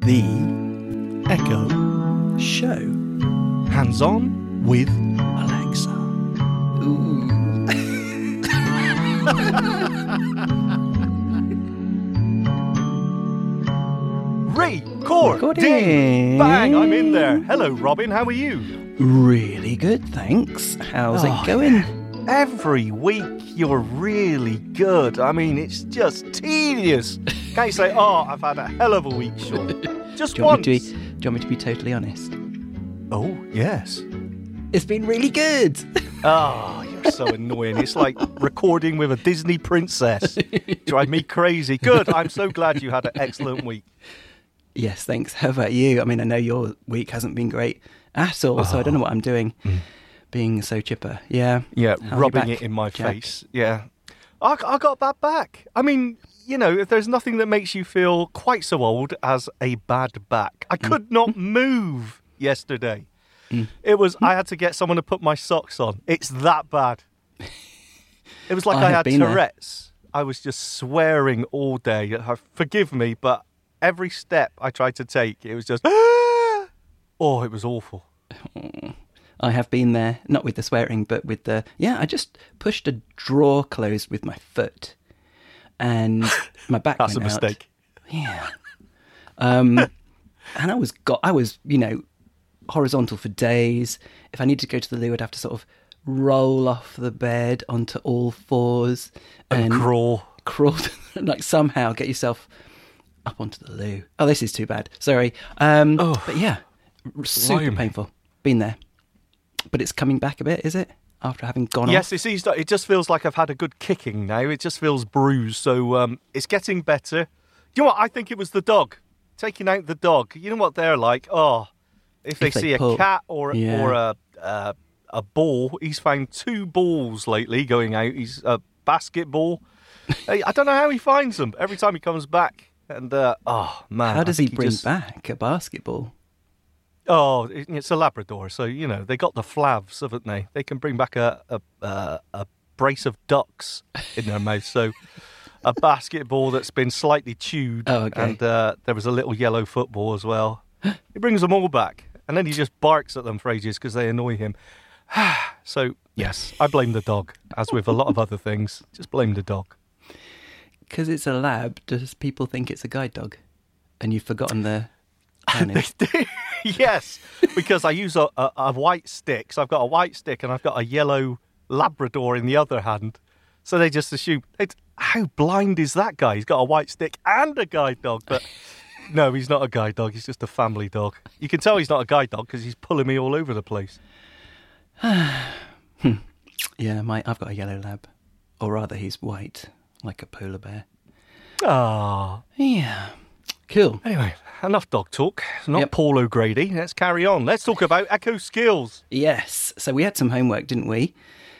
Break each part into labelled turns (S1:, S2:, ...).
S1: The Echo Show. Hands on with Alexa. Recording.
S2: Recording.
S1: Bang, I'm in there. Hello, Robin, how are you?
S2: Really good, thanks. How's
S1: Oh,
S2: it going?
S1: Every week you're really good. I mean, it's just tedious. Can't you say, oh, I've had a hell of a week, Sean? Just
S2: Do you,
S1: once.
S2: want me to be, do you want me to be totally honest?
S1: Oh, yes.
S2: It's been really good.
S1: Oh, you're so annoying. It's like recording with a Disney princess. Drive me crazy. Good. I'm so glad you had an excellent week.
S2: yes, thanks. How about you? I mean, I know your week hasn't been great at all, so I don't know what I'm
S1: Oh.
S2: doing
S1: Mm.
S2: being so chipper. Yeah.
S1: Yeah,
S2: I'll be
S1: rubbing
S2: back,
S1: it in my
S2: Jack.
S1: face. Yeah. I, I got that back. I mean, you know, if there's nothing that makes you feel quite so old as a bad back.
S2: Mm.
S1: I could not move yesterday. It was, I had to get someone to put my socks on. It's that bad. It was like I,
S2: I have
S1: had
S2: been there.
S1: Tourette's. I was just swearing all day. Uh, Forgive me, but every step I tried to take, it was just, oh, it was awful.
S2: I have been there, not with the swearing, but with the yeah. I just pushed a drawer closed with my foot, and my back.
S1: That's a
S2: went out.
S1: mistake.
S2: Yeah. Um, and I was got I was you know horizontal for days. If I needed to go to the loo, I'd have to sort of roll off the bed onto all fours and
S1: Crawl.
S2: crawl like somehow get yourself up onto the loo. Oh, this is too bad. Sorry. Um,
S1: Oh.
S2: but yeah, r- super
S1: Blimey.
S2: painful. Been there, but it's coming back a bit, is it? After having gone
S1: Yes, it's eased up. It just feels like I've had a good kicking now. It just feels bruised. So um, it's getting better. You know what? I think it was the dog. Taking out the dog. You know what they're like? Oh, if they,
S2: If they
S1: see a
S2: pull.
S1: cat or,
S2: Yeah.
S1: or a, a, a ball, he's found two balls lately going out. He's a basketball. Hey, I don't know how he finds them every time he comes back. And uh, oh, man.
S2: off? How
S1: I
S2: does he
S1: think
S2: bring
S1: just-
S2: back a basketball?
S1: Oh, it- it's a Labrador, so you know they got the flavs, haven't they? They can bring back a a, uh, a brace of ducks in their mouth. So a basketball that's been slightly chewed,
S2: Oh, okay.
S1: and uh, there was a little yellow football as well. He brings them all back, and then he just barks at them for ages because they annoy him. so yes, I blame the dog, as with a lot of other things. Just blame the dog.
S2: Because it's a lab. Does people think it's a guide dog? And you've forgotten the. learning.
S1: yes, because I use a, a, a white stick. So I've got a white stick and I've got a yellow Labrador in the other hand. So they just assume, it's, how blind is that guy? He's got a white stick and a guide dog. But no, he's not a guide dog. He's just a family dog. You can tell he's not a guide dog because he's pulling me all over the place.
S2: yeah, my I've got a yellow lab, or rather, he's white like a polar bear.
S1: Ah.
S2: Yeah, cool.
S1: Anyway, enough dog talk. It's not
S2: Yep.
S1: Paul O'Grady. Let's carry on. Let's talk about Echo Skills.
S2: Yes. So we had some homework, didn't we?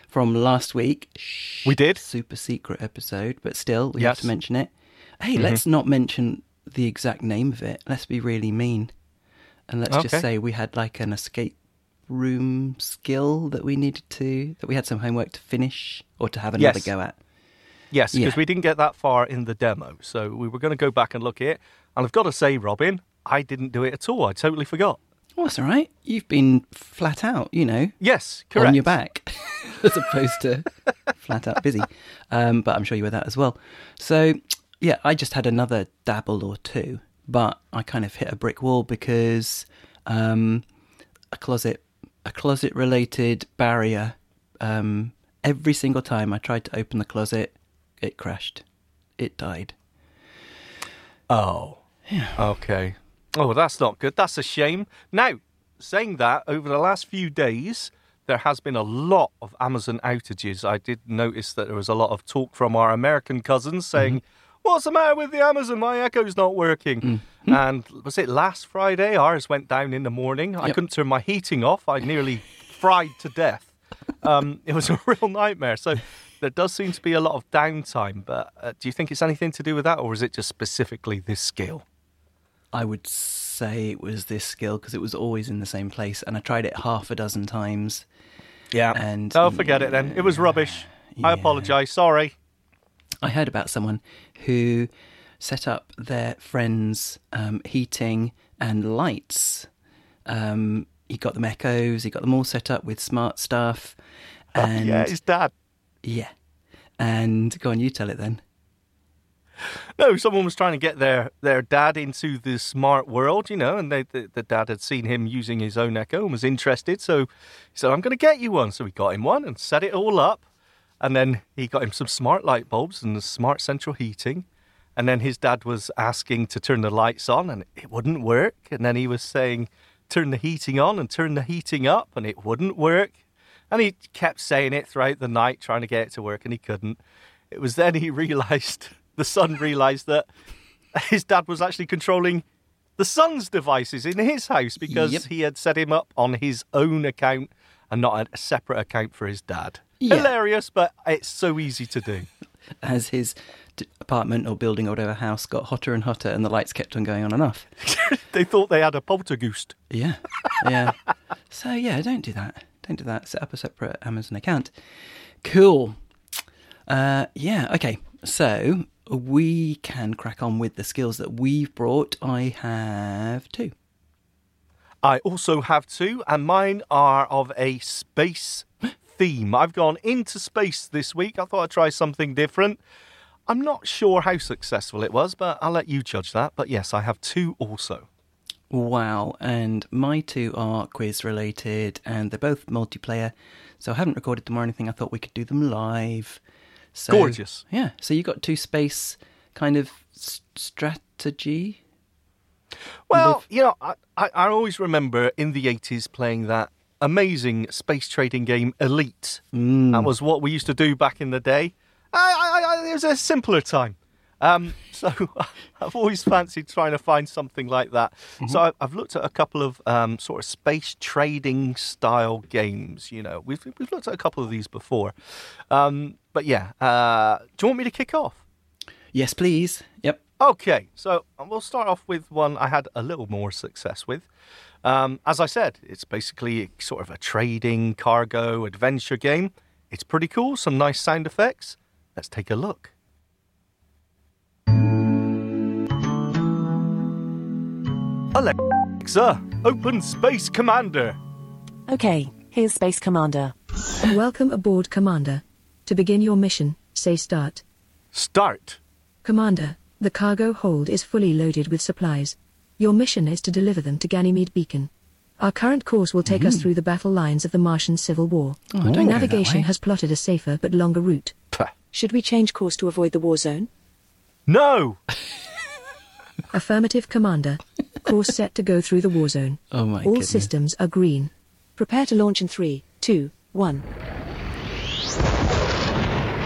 S2: From last week. Shh,
S1: We did.
S2: Super secret episode, but still, we have
S1: Yes. Mm-hmm.
S2: to mention it. Hey, let's not mention the exact name of it. Let's be really mean. And let's
S1: Okay.
S2: just say we had like an escape room skill that we needed to, that we had some homework to finish or to have another
S1: Yes.
S2: go at.
S1: Yes, because
S2: Yeah.
S1: we didn't get that far in the demo. So we were going to go back and look at it. And I've got to say, Robin, I didn't do it at all. I totally forgot.
S2: Oh, that's all right. You've been flat out, you know,
S1: Yes, correct.
S2: on your back as opposed to flat out busy. Um, but I'm sure you were that as well. So, yeah, I just had another dabble or two, but I kind of hit a brick wall because um, a closet, a closet related barrier. Um, every single time I tried to open the closet, it crashed. It died.
S1: Oh. Okay. Oh, well, that's not good. That's a shame. Now, saying that, over the last few days, there has been a lot of Amazon outages. I did notice that there was a lot of talk from our American cousins saying, What's the matter with the Amazon? My Echo's not working. And was it last Friday? Ours went down in the morning. I
S2: Yep.
S1: couldn't turn my heating off. I nearly fried to death. Um, it was a real nightmare. So there does seem to be a lot of downtime. But uh, do you think it's anything to do with that, or is it just specifically this skill?
S2: I would say it was this skill because it was always in the same place, and I tried it half a dozen times.
S1: Yeah.
S2: And-
S1: oh, forget it then. It was rubbish. I
S2: Yeah.
S1: apologise. Sorry.
S2: I heard about someone who set up their friends' um, heating and lights. Um, he got them echoes. He got them all set up with smart stuff. And
S1: yeah, his dad.
S2: yeah. And go on, you tell it then.
S1: No, someone was trying to get their, their dad into the smart world, you know, and they, the, the dad had seen him using his own Echo and was interested. So he said, I'm going to get you one. So he got him one and set it all up. And then he got him some smart light bulbs and the smart central heating. And then his dad was asking to turn the lights on and it wouldn't work. And then he was saying, turn the heating on and turn the heating up and it wouldn't work. And he kept saying it throughout the night, trying to get it to work, and he couldn't. It was then he realized, the son realized that his dad was actually controlling the son's devices in his house because
S2: Yep.
S1: he had set him up on his own account and not a separate account for his dad.
S2: Yeah.
S1: Hilarious, but it's so easy to do.
S2: As his d- apartment or building or whatever house got hotter and hotter and the lights kept on going on and off.
S1: they thought they had a poltergeist.
S2: Yeah, yeah. so yeah, don't do that. Don't do that. Set up a separate Amazon account. Cool. Uh, yeah. Okay. So we can crack on with the skills that we've brought. I have two.
S1: I also have two, and mine are of a space theme. I've gone into space this week. I thought I'd try something different. I'm not sure how successful it was, but I'll let you judge that. But yes, I have two also.
S2: Wow. And my two are quiz related, and they're both multiplayer. So I haven't recorded them or anything. I thought we could do them live. So,
S1: Gorgeous.
S2: Yeah. So you got two space kind of s- strategy.
S1: Well, you know, I, I, I always remember in the 80s playing that amazing space trading game Elite. That was what we used to do back in the day. I, I, I, it was a simpler time. Um, so I've always fancied trying to find something like that. So I, I've looked at a couple of um, sort of space trading style games. You know, we've, we've looked at a couple of these before. Um, but yeah, uh, do you want me to kick off?
S2: Yes, please. Yep.
S1: Okay, so we'll start off with one I had a little more success with. Um, as I said, it's basically sort of a trading, cargo, adventure game. It's pretty cool, some nice sound effects. Let's take a look. Alexa, open Space Commander.
S3: Okay, here's Space Commander.
S4: Welcome aboard, Commander. To begin your mission, say start.
S1: Start.
S4: Commander, the cargo hold is fully loaded with supplies. Your mission is to deliver them to Ganymede Beacon. Our current course will take us through the battle lines of the Martian Civil War.
S2: Hmm. Oh, I don't go that
S4: Navigation
S2: way.
S4: has plotted a safer but longer route.
S1: Pah.
S3: Should we change course to avoid the war zone?
S1: No!
S4: Affirmative, Commander. course set to go through the war zone.
S2: Oh my
S4: All
S2: goodness.
S4: systems are green.
S3: Prepare to launch in three, two, one.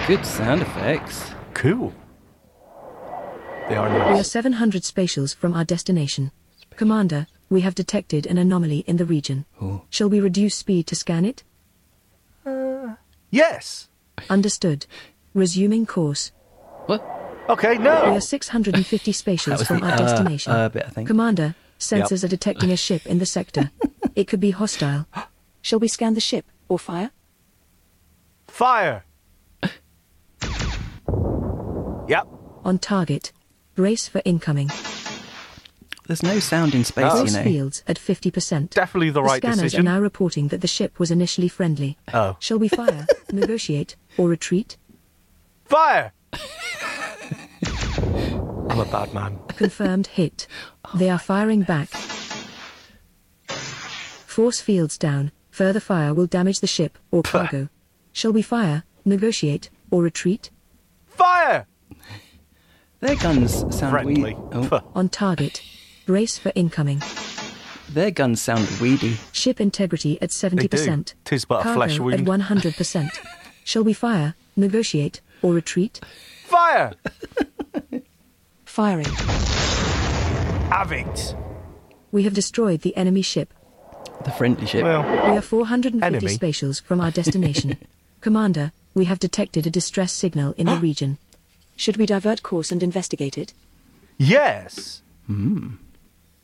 S2: Good sound effects.
S1: Cool. They are
S4: We are
S1: nice.
S4: 700 spatials from our destination. Commander, we have detected an anomaly in the region.
S2: Oh.
S4: Shall we reduce speed to scan it?
S1: Yes!
S4: Understood. Resuming course.
S2: What?
S1: Okay,
S4: We
S1: no!
S4: are 650
S2: That
S4: spatials
S2: was
S4: from
S2: the,
S4: our
S2: uh,
S4: destination.
S2: uh, bit, I think.
S4: Commander, sensors are detecting a ship in the sector. it could be hostile.
S3: Shall we scan the ship or fire?
S1: Fire! Yep.
S4: On target. Brace for incoming.
S2: There's no sound in space,
S1: Oh.
S2: you
S4: Force
S2: know.
S4: fields at 50%.
S1: Definitely the right
S4: scanners
S1: decision.
S4: are now reporting that the ship was initially friendly.
S1: Oh.
S4: Shall we fire, negotiate, or retreat?
S1: Fire! I'm a bad man.
S4: Confirmed hit.
S1: Oh
S4: They are firing back. Force fields down. Further fire will damage the ship or cargo. Shall we fire, negotiate, or retreat?
S1: Fire!
S2: Their guns sound
S1: Friendly.
S2: wee- oh,
S4: On target. Brace for incoming.
S2: their guns sound weedy.
S4: Ship integrity at 70%.
S1: do. 'Tis but a
S4: cargo
S1: flesh wound.
S4: at 100%. Shall we fire, negotiate, or retreat?
S1: Fire!
S3: Firing.
S1: Have it!
S4: We have destroyed the enemy ship.
S2: The friendly ship.
S1: Well,
S4: We are 450
S1: Enemy.
S4: spatials from our destination. Commander, we have detected a distress signal in the region.
S3: Should we divert course and investigate it?
S1: yes!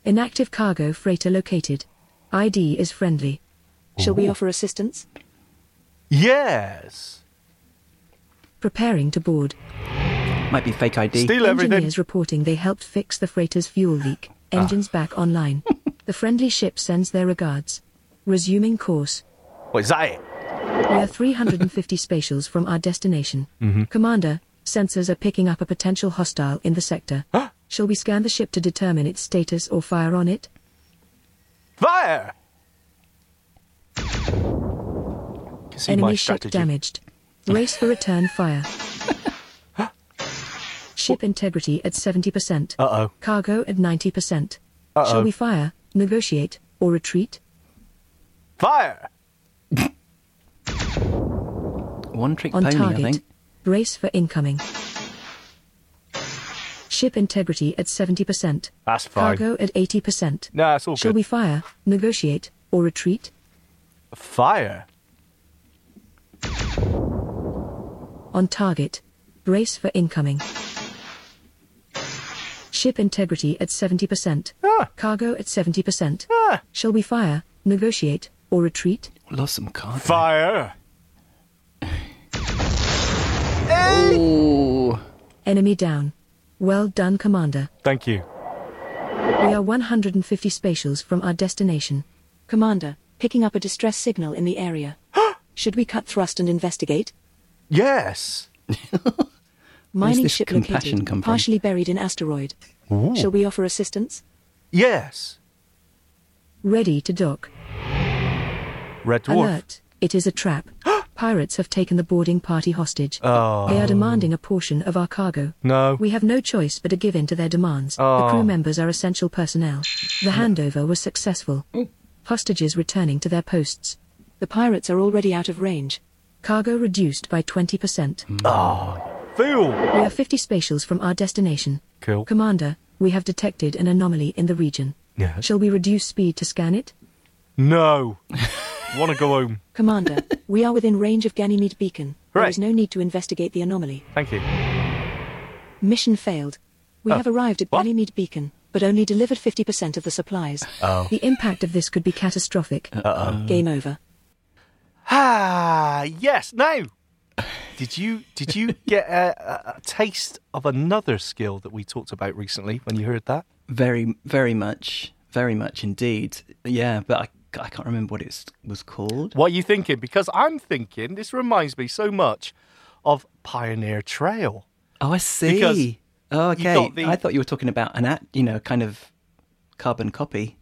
S4: Inactive cargo freighter located. ID is friendly.
S3: Shall we offer assistance?
S1: Yes!
S4: Preparing to board.
S2: Might be fake ID.
S1: Steal everything. Ah.
S4: Engineers reporting they helped fix the freighter's fuel leak. Engines back online. the friendly ship sends their regards. Resuming course.
S1: What is that? It?
S4: We are 350 spatials from our destination.
S1: Mm-hmm.
S4: Commander, sensors are picking up a potential hostile in the sector. Shall we scan the ship to determine its status or fire on it?
S1: Fire! Can see my
S4: Enemy ship
S1: strategy.
S4: damaged. Race for return fire. ship integrity at 70%.
S1: Uh oh.
S4: Cargo at 90%.
S1: Uh-oh.
S4: Shall we fire, negotiate, or retreat?
S1: Fire!
S2: One trick
S4: On
S2: pony, I
S4: target.
S2: think.
S4: Race for incoming. Ship integrity at 70%.
S1: That's fine.
S4: Cargo at 80%.
S1: No, it's all
S4: Shall
S1: good.
S4: we fire, negotiate, or retreat?
S1: Fire.
S4: On target. Brace for incoming. Ship integrity at 70%.
S1: Ah.
S4: Cargo at 70%.
S1: Ah.
S4: Shall we fire, negotiate, or retreat?
S2: Lost some cards.
S1: Fire.
S2: Ooh.
S4: Enemy down. Well done, Commander.
S1: Thank you.
S4: We are 150 spatials from our destination.
S3: Commander, picking up a distress signal in the area. should we cut thrust and investigate?
S1: Yes.
S3: Mining
S2: this
S3: ship
S2: compassion
S3: located,
S2: come from? Oh.
S3: partially buried in asteroid. Shall we offer assistance?
S1: Yes.
S4: Ready to dock.
S1: Red dwarf.
S4: Alert. It is a trap. Pirates have taken the boarding party hostage.
S1: Oh.
S4: They are demanding a portion of our cargo.
S1: No.
S4: We have no choice but to give in to their demands. The
S1: Oh.
S4: crew members are essential personnel. The handover was successful.
S1: Oh.
S4: Hostages returning to their posts.
S3: The pirates are already out of range.
S4: Cargo reduced by 20%.
S1: Hmm. Fool.
S4: We are 50 spatials from our destination.
S1: Cool.
S4: Commander, we have detected an anomaly in the region.
S1: Yes.
S4: Shall we reduce speed to scan it?
S1: No. Want to go home.
S3: Commander, we are within range of Ganymede Beacon. There
S1: Right.
S3: is no need to investigate the anomaly.
S1: Thank you.
S3: Mission failed. We
S1: Oh.
S3: have arrived at
S1: What?
S3: Ganymede Beacon, but only delivered 50% of the supplies.
S4: The impact of this could be catastrophic.
S3: Game over.
S1: Ah, yes. Now, did you did you get a, a, a taste of another skill that we talked about recently when you heard that?
S2: Very, very much. Very much indeed. Yeah, but I, I can't remember what it was- was called.
S1: What are you thinking? Because I'm thinking this reminds me so much of Pioneer Trail.
S2: Oh, I
S1: Because
S2: see.
S1: you
S2: Oh, okay.
S1: got the-
S2: I thought you were talking about an at, you know, kind of carbon copy.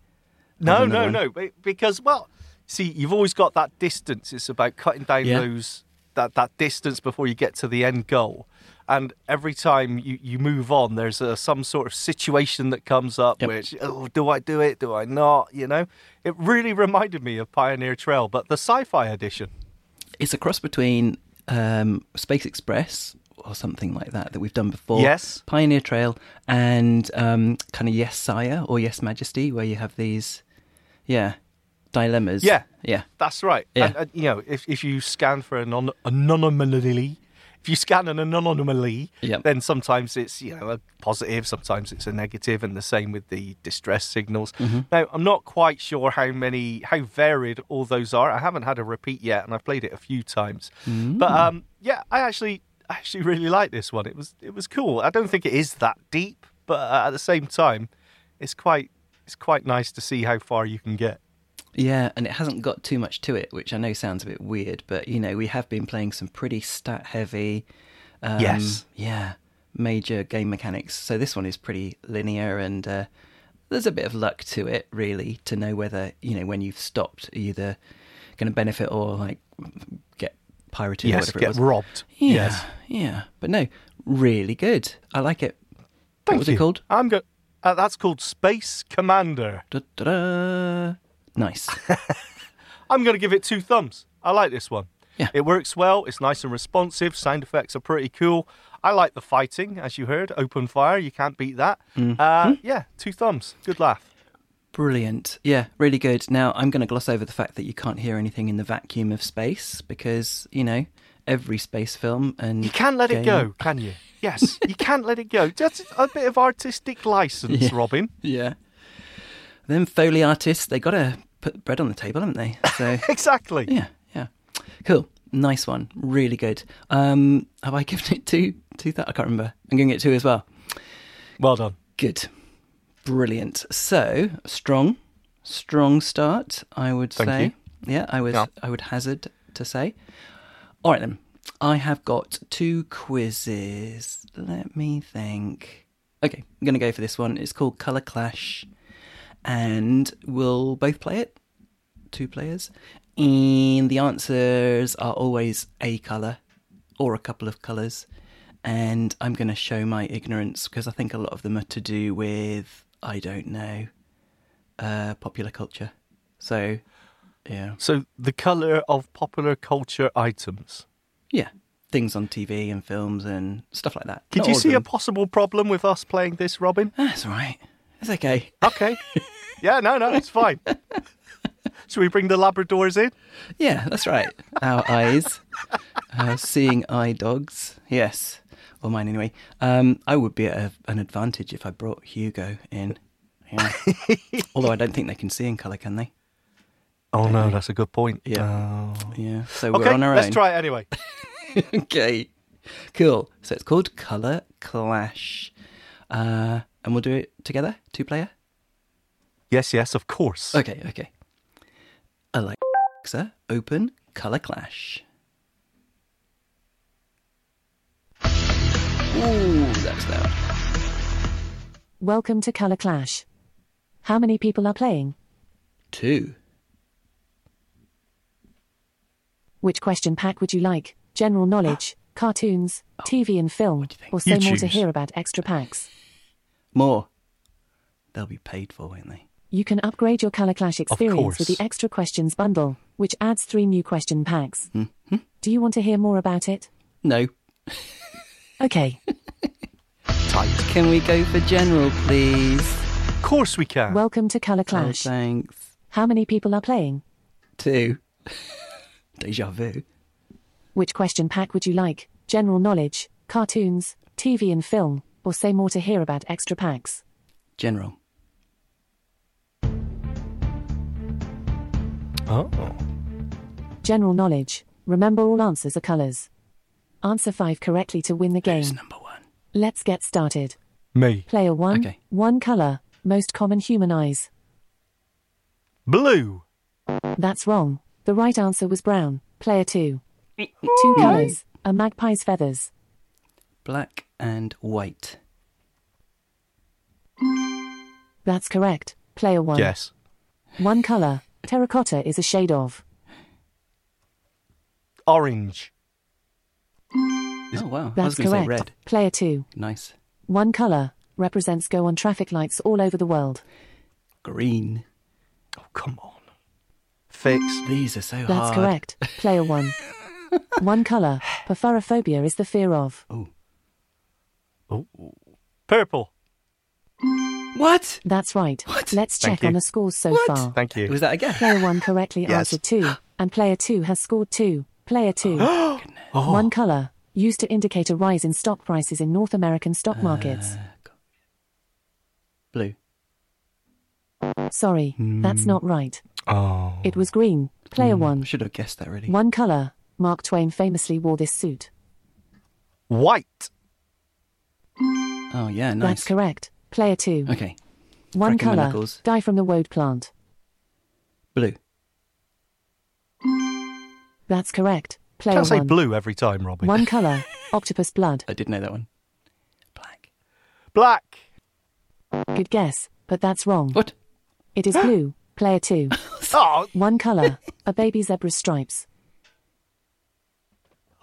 S1: No, no,
S2: another
S1: no. be- Because well, see, you've always got that distance. It's about cutting down
S2: Yeah.
S1: those that that distance before you get to the end goal. And every time you, you move on, there's a, some sort of situation that comes up,
S2: Yep.
S1: which oh, do I do it? Do I not? You know, it really reminded me of Pioneer Trail, but the sci-fi edition.
S2: It's a cross between um, Space Express or something like that that we've done before.
S1: Yes.
S2: Pioneer Trail and um, kind of Yes Sire or Yes Majesty, where you have these, yeah, dilemmas.
S1: Yeah.
S2: Yeah.
S1: That's right.
S2: Yeah.
S1: And, and, you know, if, if you scan for an anon- anonymity, if you scan an anonymity,
S2: Yep.
S1: then sometimes it's you know a positive, sometimes it's a negative, and the same with the distress signals.
S2: Mm-hmm.
S1: Now, I'm not quite sure how many, how varied all those are. I haven't had a repeat yet, and I've played it a few times.
S2: Mm.
S1: But um, yeah, I actually I actually really like this one. It was it was cool. I don't think it is that deep, but uh, at the same time, it's quite it's quite nice to see how far you can get.
S2: Yeah, and it hasn't got too much to it, which I know sounds a bit weird, but you know, we have been playing some pretty stat heavy um,
S1: Yes.
S2: yeah, major game mechanics. So this one is pretty linear and uh, there's a bit of luck to it really to know whether, you know, when you've stopped are you either going to benefit or like get pirated or
S1: Yes,
S2: whatever it
S1: get
S2: was.
S1: robbed.
S2: Yeah,
S1: Yes.
S2: yeah. But no, really good. I like it.
S1: Thank
S2: what was
S1: you.
S2: it called?
S1: I'm go- uh, that's called Space Commander.
S2: Da-da-da. Nice.
S1: I'm going to give it two thumbs. I like this one.
S2: Yeah.
S1: It works well. It's nice and responsive. Sound effects are pretty cool. I like the fighting, as you heard. Open fire. You can't beat that.
S2: Mm-hmm.
S1: Uh, yeah, two thumbs. Good laugh.
S2: Brilliant. Yeah, really good. Now, I'm going to gloss over the fact that you can't hear anything in the vacuum of space because, you know, every space film and.
S1: You can't let
S2: game-
S1: it go, can you? Yes, you can't let it go. Just a bit of artistic license, Robin.
S2: Yeah. Them Foley artists, they got to put bread on the table, haven't they? So,
S1: Exactly.
S2: yeah, yeah. Cool. Nice one. Really good. Um, have I given it two, two thousand. I can't remember. I'm going to get two as well.
S1: Well done.
S2: Good, brilliant. So strong, strong start. I would
S1: Thank
S2: say.
S1: you.
S2: Yeah, I would.
S1: Yeah.
S2: I would hazard to say. All right then. I have got two quizzes. Let me think. Okay, I'm going to go for this one. It's called Color Clash, and we'll both play it two players, and the answers are always a colour or a couple of colours. And I'm going to show my ignorance because I think a lot of them are to do with, I don't know, uh, popular culture. So, yeah.
S1: So the colour of popular culture items.
S2: Yeah. Things on TV and films and stuff like that.
S1: Could
S2: Not
S1: you
S2: all of
S1: see a
S2: them.
S1: possible problem with us playing this, Robin?
S2: That's all right. It's okay.
S1: Okay. yeah, no, no, it's fine. Should we bring the Labradors in?
S2: Yeah, that's right. Our eyes, uh, seeing eye dogs. Yes, or mine anyway. Um, I would be at a, an advantage if I brought Hugo in. Yeah. Although I don't think they can see in colour, can they?
S1: Oh no, that's a good point. Uh,
S2: Yeah. Yeah. So
S1: Okay,
S2: we're on our
S1: let's
S2: own.
S1: try it anyway.
S2: okay. Cool. So it's called Colour Clash, uh, and we'll do it together, two player.
S1: Yes, yes, of course.
S2: Okay. Okay. Alexa, open Colour Clash. Ooh, that's loud.
S3: Welcome to Color Clash. How many people are playing?
S2: Two.
S3: Which question pack would you like? General knowledge, cartoons, TV and film,
S2: do you think?
S3: or so
S1: You
S3: more to
S1: choose.
S3: hear about extra packs?
S2: More. They'll be paid for, won't they?
S3: You can upgrade your Color Clash experience with
S1: course.
S3: the Extra Questions bundle, which adds three new question packs. Do you want to hear more about it?
S2: No.
S3: Okay.
S2: Can we go for general, please?
S1: Of course we can.
S3: Welcome to Color
S2: Oh,
S3: Clash.
S2: thanks.
S3: How many people are playing?
S2: Two. Deja vu.
S3: Which question pack would you like? General knowledge, cartoons, TV and film, or say more to hear about extra packs?
S2: General.
S1: oh.
S3: General knowledge. Remember all answers are colors. Answer 5 correctly to win the
S2: It's
S3: game.
S2: number one.
S3: Let's get started.
S1: Me.
S3: Player 1,
S2: Okay.
S3: 1 color, most common human eyes.
S1: Blue.
S3: That's wrong. The right answer was brown. Player 2. Two colors, a magpie's feathers.
S2: Black and white.
S3: That's correct. Player 1.
S1: Yes.
S3: One color, terracotta is a shade of.
S1: Orange.
S2: Oh, wow. I was
S3: That's
S2: going to say
S3: correct.
S2: red.
S3: Player 2.
S2: Nice.
S3: One color represents go on traffic lights all over the world.
S2: Green.
S1: Oh, come on. Fix.
S2: These are so hard.
S3: That's correct. Player 1. one color porphyrophobia is the fear of.
S2: Oh.
S1: Oh. Purple.
S2: What?
S3: That's right.
S2: What?
S3: Let's
S1: Thank
S3: check on
S1: you.
S3: the scores so
S2: What?
S3: far.
S1: Thank you.
S2: Was that again?
S3: Player 1 correctly
S1: Yes.
S3: answered 2, and player 2 has scored 2. Player 2.
S1: Oh.
S3: One color, used to indicate a rise in stock prices in North American stock markets.
S2: Uh, go- Blue.
S3: Sorry,
S2: Hmm.
S3: that's not right.
S1: Oh.
S3: It was green. Player 1.
S2: Should have guessed that already.
S3: One color. Mark Twain famously wore this suit.
S1: White.
S2: Oh, yeah,
S3: That's
S2: nice.
S3: correct. Player 2.
S2: Okay.
S3: One
S2: Cracking my
S3: color.
S2: knuckles.
S3: Die from the woad plant.
S2: Blue.
S3: That's correct. Player
S1: Can't say
S3: one.
S1: blue every time, Robin.
S3: One color. Octopus blood.
S2: I did know that one. Black.
S1: Black.
S3: Good guess, but that's wrong.
S2: What?
S3: It is blue. Player two.
S1: Oh.
S3: One color. A baby zebra's stripes.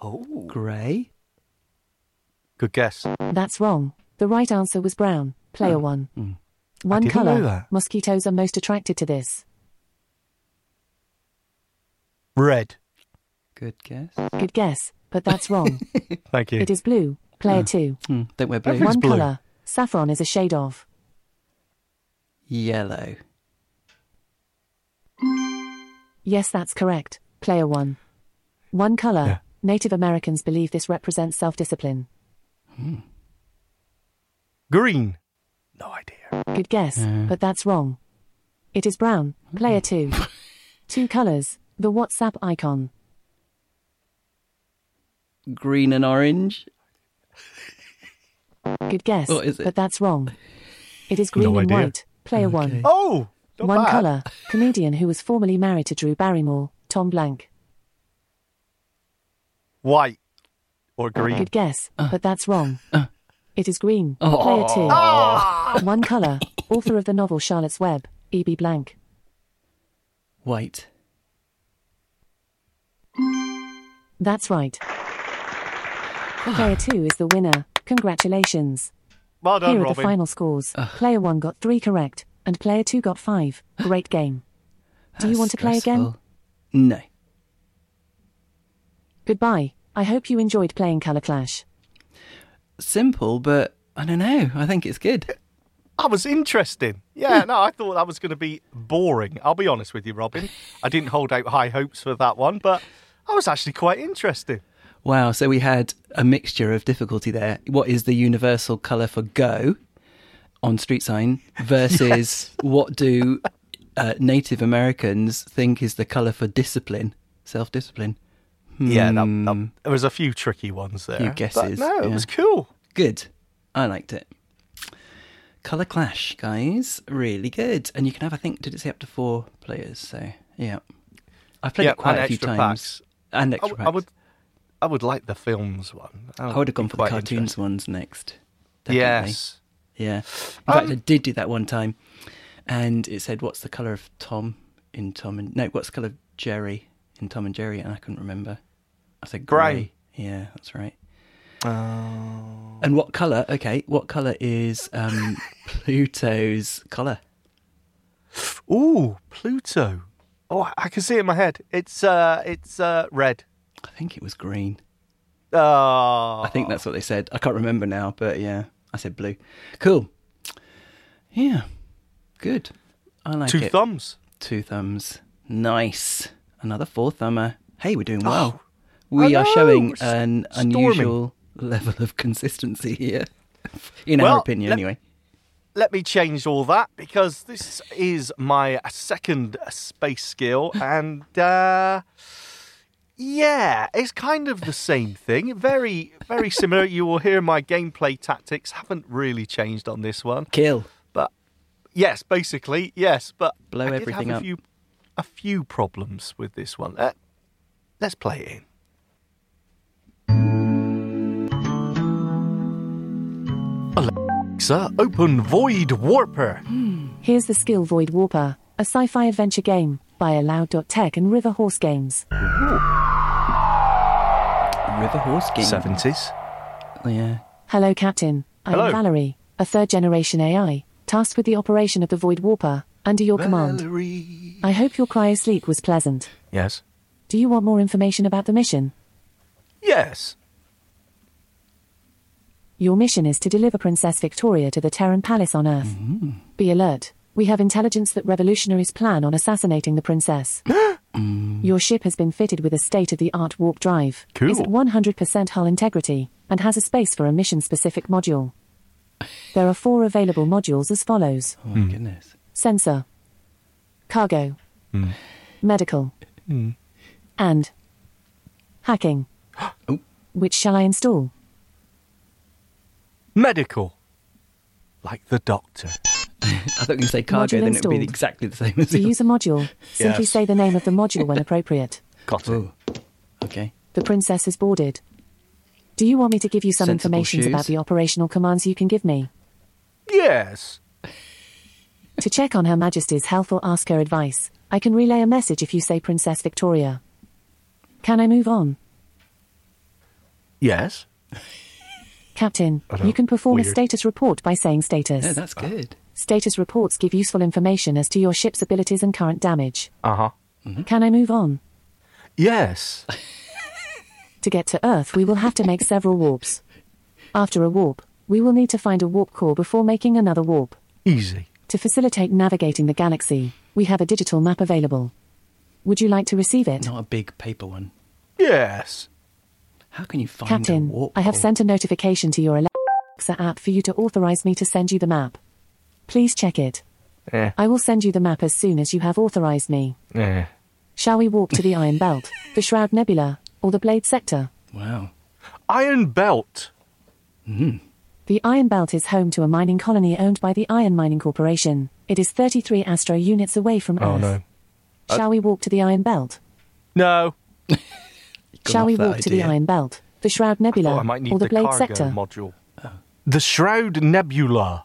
S1: Oh.
S2: Grey?
S1: Good guess.
S3: That's wrong. The right answer was brown. Player one. One
S1: Hmm. didn't
S3: color.
S1: know that.
S3: Mosquitoes are most attracted to this.
S1: Red.
S2: Good guess.
S3: Good guess, but that's wrong.
S1: Thank you.
S3: it is blue. Player two.
S2: Hmm, don't wear blue.
S1: Everything's
S3: One
S1: blue.
S3: color. Saffron is a shade of.
S2: Yellow.
S3: Yes, that's correct. Player one. One color.
S1: Yeah.
S3: Native Americans believe this represents self discipline.
S1: Green. No idea.
S3: Good guess, but that's wrong. It is brown, player two. two colors, the WhatsApp icon.
S2: Green and orange.
S3: Good guess,
S2: Oh, is it?
S3: but that's wrong. It is green and
S1: idea.
S3: white. Player one.
S1: Oh, not
S3: One
S1: bad.
S3: color. Comedian who was formerly married to Drew Barrymore. Tom Blank.
S1: White or green.
S3: Good guess,
S2: Uh.
S3: but that's wrong. It is green.
S2: Oh.
S3: Player two. One color. Author of the novel Charlotte's Web. E.B. Blank.
S2: White.
S3: That's right.
S2: Ah.
S3: Player two is the winner. Congratulations.
S1: Well done,
S3: Here are
S1: Robin.
S3: the final scores.
S2: Ah.
S3: Player one got three correct, and player two got five. Great game. Do you
S2: That's
S3: want to play again?
S2: stressful. No.
S3: Goodbye. I hope you enjoyed playing Color Clash.
S2: Simple, but I don't know. I think it's good.
S1: That was interesting. Yeah, no, I thought that was going to be boring. I'll be honest with you, Robin. I didn't hold out high hopes for that one, but that was actually quite interesting.
S2: Wow, so we had a mixture of difficulty there. What is the universal colour for go on street sign versus what do uh, Native Americans think is the colour for discipline, self discipline?
S1: Yeah, that, that, there was a few tricky ones there.
S2: Hmm. Few
S1: but
S2: guesses,
S1: no, it
S2: yeah.
S1: was cool.
S2: Good. I liked it. Colour clash, guys. Really good. And you can have, I think, did it say up to four players? So, yeah. I've played
S1: Yeah,
S2: it quite
S1: and
S2: a few
S1: extra
S2: times.
S1: packs.
S2: And
S1: I,
S2: extra
S1: w- I
S2: packs.
S1: would, I would like the films one. That
S2: I would have gone
S1: be
S2: for the
S1: quite
S2: cartoons ones next.
S1: interesting.
S2: definitely.
S1: Yes.
S2: Yeah. In fact, I did do that one time, and it said, "What's the color of Tom in Tom and No? What's the color of Jerry in Tom and Jerry?" And I couldn't remember. I said
S1: Grey.
S2: grey. Yeah, that's right. Oh. And what color? Okay, what color is um, Pluto's color?
S1: Ooh, Pluto. Oh, I- I can see it in my head. It's uh, it's uh, red.
S2: I think it was green.
S1: Oh,
S2: I think that's what they said. I can't remember now, but yeah, I said blue. Cool. Yeah, good. I like
S1: two
S2: it.
S1: thumbs.
S2: Two thumbs. Nice. Another four thumber. Hey, we're doing
S1: Oh,
S2: well. we
S1: I
S2: are
S1: know.
S2: showing
S1: S-
S2: an
S1: storming.
S2: unusual level of consistency here. In
S1: Well,
S2: our opinion,
S1: let-
S2: anyway.
S1: let me change all that because this is my second space skill and uh yeah it's kind of the same thing very very similar you will hear my gameplay tactics haven't really changed on this one
S2: Kill.
S1: but yes basically yes but
S2: Blow
S1: I did
S2: everything
S1: have
S2: up.
S1: a few, a few problems with this one uh, let's play it in Alexa, open Void Warper.
S3: Here's the skill Void Warper, a sci fi adventure game by Allow.tech and River Horse Games.
S2: River Horse Game.
S1: 70s.
S2: Yeah.
S3: Hello, Captain. I
S1: Hello.
S3: am Valerie, a third generation AI, tasked with the operation of the Void Warper, under your Oh, command.
S1: Valerie.
S3: I hope your cryo sleep was pleasant.
S1: Yes.
S3: Do you want more information about the mission?
S1: Yes.
S3: Your mission is to deliver Princess Victoria to the Terran Palace on Earth. Be alert. We have intelligence that revolutionaries plan on assassinating the princess. Your ship has been fitted with a state of the art warp drive. Is
S1: Cool.
S3: at 100% hull integrity and has a space for a mission specific module. There are four available modules as follows
S2: Oh, my goodness.
S3: sensor, cargo, medical, and hacking.
S2: Oh.
S3: Which shall I install?
S1: Medical. Like the doctor.
S2: I thought you say cargo,
S3: Module
S2: then it would be
S3: installed.
S2: exactly the same as
S3: To
S2: the
S3: use a module, simply
S1: Yes.
S3: say the name of the module when appropriate.
S1: Got it.
S2: Oh. Okay.
S3: The princess is boarded. Do you want me to give you some
S2: Sensible
S3: information
S2: shoes.
S3: about the operational commands you can give me?
S1: Yes.
S3: to check on Her Majesty's health or ask her advice, I can relay a message if you say Princess Victoria. Can I move on?
S1: Yes.
S3: Captain,
S1: I don't-
S3: you can perform a
S1: weird.
S3: status report by saying status.
S2: No, that's good.
S3: Status reports give useful information as to your ship's abilities and current damage.
S1: Uh huh.
S3: Can I move on?
S1: Yes.
S3: To get to Earth, we will have to make several warps. After a warp, we will need to find a warp core before making another warp.
S1: Easy.
S3: To facilitate navigating the galaxy, we have a digital map available. Would you like to receive it?
S2: Not a big paper one.
S1: Yes.
S2: How can you find a
S3: Captain,
S2: warp
S3: I have
S2: core?
S3: sent a notification to your Alexa app for you to authorize me to send you the map. Please check it.
S1: Eh.
S3: I will send you the map as soon as you have authorized me.
S1: Eh.
S3: Shall we walk to the Iron Belt, the Shroud Nebula, or the Blade Sector?
S2: Wow.
S1: Iron Belt.
S3: The Iron Belt is home to a mining colony owned by the Iron Mining Corporation. It is 33 astro units away from
S1: Oh
S3: Earth.
S1: no. Uh,
S3: Shall we walk to the Iron Belt?
S1: No.
S2: Gone
S3: Shall
S2: off
S3: we
S2: that
S3: walk to the
S2: idea.
S3: Iron Belt, the Shroud Nebula,
S1: Oh, I might need
S3: or the,
S1: the,
S3: Blade
S1: cargo
S3: Sector?
S1: module. The Shroud Nebula.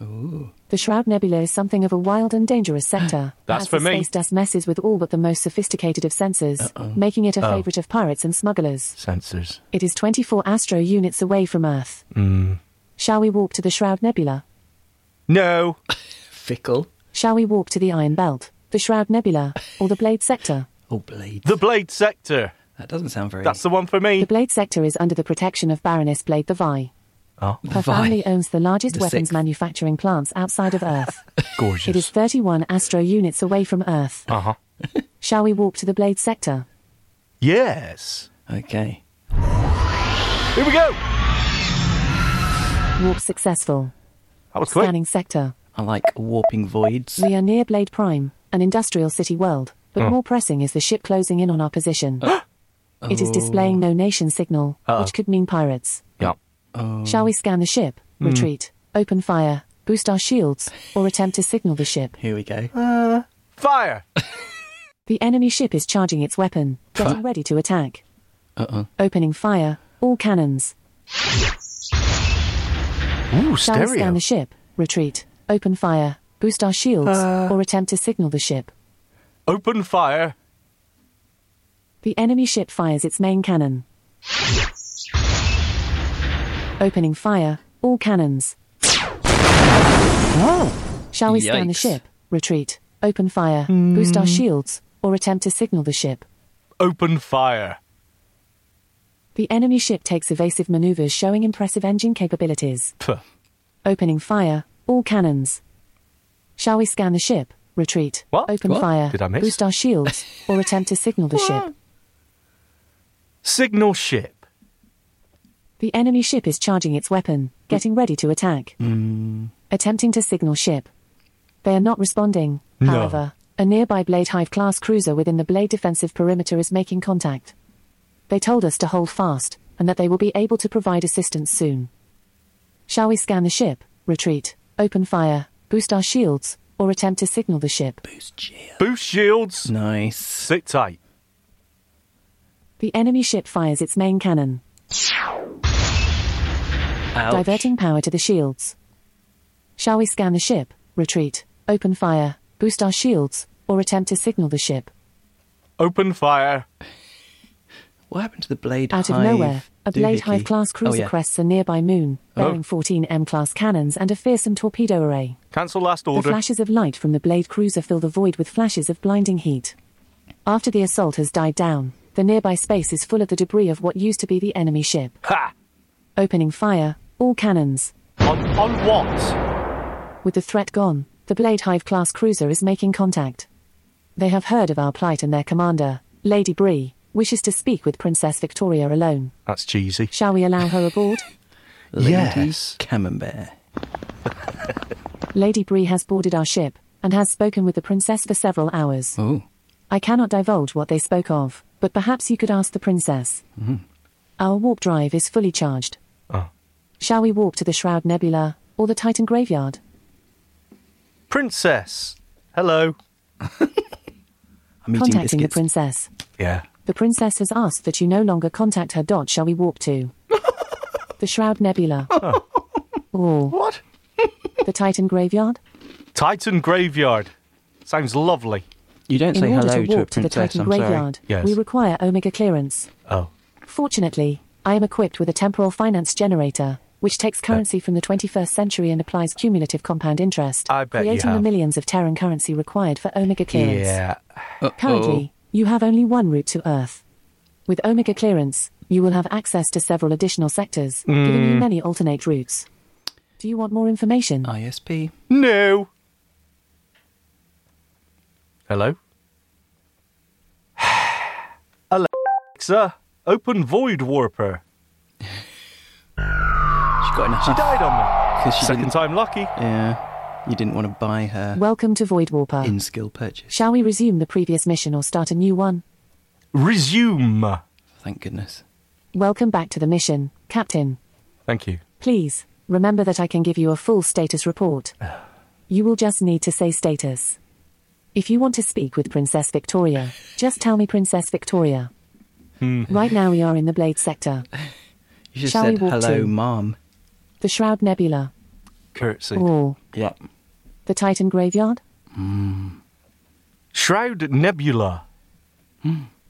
S3: The Shroud Nebula is something of a wild and dangerous sector.
S1: That's
S3: as
S1: for
S3: the
S1: me.
S3: Space dust messes with all but the most sophisticated of sensors, making it a
S1: Oh.
S3: favorite of pirates and smugglers.
S1: Sensors.
S3: It is 24 astro units away from Earth.
S1: Hmm.
S3: Shall we walk to the Shroud Nebula?
S1: No.
S2: Fickle.
S3: Shall we walk to the Iron Belt, the Shroud Nebula, or the Blade Sector?
S2: Oh, blades.
S1: The Blade Sector.
S2: that doesn't sound very.
S1: That's the one for me.
S3: The Blade Sector is under the protection of Baroness Blade the Vi.
S1: Oh,
S3: Her family owns the largest
S2: The
S3: weapons
S2: sixth.
S3: manufacturing plants outside of Earth.
S1: gorgeous.
S3: it is 31 astro units away from Earth.
S1: Uh huh.
S3: Shall we walk to the Blade Sector?
S1: Yes.
S2: Okay.
S1: Here we go.
S3: Warp successful.
S1: That was quick.
S3: Scanning sector.
S2: I like warping voids.
S3: We are near Blade Prime, an industrial city world, but more pressing is the ship closing in on our position. It is displaying no nation signal, which could mean pirates.
S1: Yeah.
S2: Oh.
S3: Shall we scan the ship, retreat, open fire, boost our shields, or attempt to signal the ship?
S2: Here we go.
S1: Fire.
S3: The enemy ship is charging its weapon, getting ready to attack.
S2: Uh-oh.
S3: Opening fire, all cannons.
S1: Ooh,
S3: Shall we scan
S1: stereo.
S3: the ship, retreat, open fire, boost our shields, or attempt to signal the ship?
S1: Open fire.
S3: The enemy ship fires its main cannon. Opening fire, all cannons. Shall we scan the
S2: Yikes.
S3: ship, retreat, open fire, boost our shields, or attempt to signal the ship?
S1: Open fire.
S3: The enemy ship takes evasive maneuvers showing impressive engine capabilities.
S1: Pff.
S3: Opening fire, all cannons. Shall we scan the ship, retreat,
S1: What?
S3: open
S2: What?
S3: fire,
S1: Did I miss?
S3: boost our shields, or attempt to signal the ship?
S1: Signal ship.
S3: The enemy ship is charging its weapon, getting ready to attack. Attempting to signal ship. They are not responding,
S1: No.
S3: however. A nearby Blade Hive class cruiser within the Blade defensive perimeter is making contact. They told us to hold fast, and that they will be able to provide assistance soon. Shall we scan the ship, retreat, open fire, boost our shields, or attempt to signal the ship?
S2: Boost shield.
S1: Boost shields.
S2: Nice.
S1: Sit tight.
S3: The enemy ship fires its main cannon,
S2: Ouch.
S3: diverting power to the shields. Shall we scan the ship, retreat, open fire, boost our shields, or attempt to signal the ship?
S1: Open fire.
S2: What happened to the blade
S3: Out of
S2: hive
S3: nowhere, a
S2: doohickey?
S3: Blade Hive class cruiser
S2: oh, yeah. Oh.
S3: crests a nearby moon, bearing 14 M class cannons and a fearsome torpedo array.
S1: Cancel last
S3: The
S1: order.
S3: flashes of light from the Blade cruiser fill the void with flashes of blinding heat. After the assault has died down, the nearby space is full of the debris of what used to be the enemy ship.
S1: Ha.
S3: Opening fire, all cannons.
S1: On on what?
S3: With the threat gone, the Blade Hive class cruiser is making contact. They have heard of our plight and their commander, Lady Bree, wishes to speak with Princess Victoria alone.
S1: That's cheesy.
S3: Shall we allow her aboard?
S2: Lady
S1: Yes.
S2: Camembert.
S3: Lady Bree has boarded our ship and has spoken with the princess for several hours.
S2: Oh,
S3: I cannot divulge what they spoke of, but perhaps you could ask the princess. Our warp drive is fully charged.
S1: Oh.
S3: Shall we walk to the Shroud Nebula or the Titan Graveyard?
S1: Princess. Hello.
S2: I'm eating
S3: Contacting the
S2: biscuits.
S3: princess.
S1: Yeah.
S3: The princess has asked that you no longer contact her. Dot shall we walk to? the Shroud Nebula. Or
S1: What?
S3: the Titan Graveyard?
S1: Titan Graveyard. Sounds lovely.
S2: You don't say
S3: In order
S2: hello
S3: to
S2: to, a
S3: walk to, the
S2: princess,
S3: Titan
S2: I'm sorry.
S3: Graveyard,
S1: Yes.
S3: we require Omega clearance.
S1: Oh.
S3: Fortunately, I am equipped with a temporal finance generator, which takes currency from the 21st century and applies cumulative compound interest,
S1: I bet you
S3: creating the
S1: have.
S3: millions of Terran currency required for Omega clearance.
S1: Yeah.
S3: Currently, you have only one route to Earth. With Omega clearance, you will have access to several additional sectors, giving you many alternate routes. Do you want more information?
S2: Uh, ISP.
S1: No. Hello? Alexa, open Void Warper.
S2: She got in a
S1: She
S2: huff
S1: died on
S2: 'cause
S1: me.
S2: she
S1: Second
S2: didn't-
S1: time lucky.
S2: Yeah. You didn't want to buy her
S3: Welcome to Void Warper.
S2: in skill purchase.
S3: Shall we resume the previous mission or start a new one?
S1: Resume.
S2: Thank goodness.
S3: Welcome back to the mission, Captain.
S1: Thank you.
S3: Please, remember that I can give you a full status report. You will just need to say status. If you want to speak with Princess Victoria, just tell me Princess Victoria. Right now we are in the Blade Sector,
S2: You just
S3: Shall we
S2: said
S3: walk
S2: hello,
S3: to-
S2: mom.
S3: the Shroud Nebula,
S1: Curtsy.
S3: or
S2: Yeah.
S3: the Titan Graveyard.
S1: Shroud Nebula.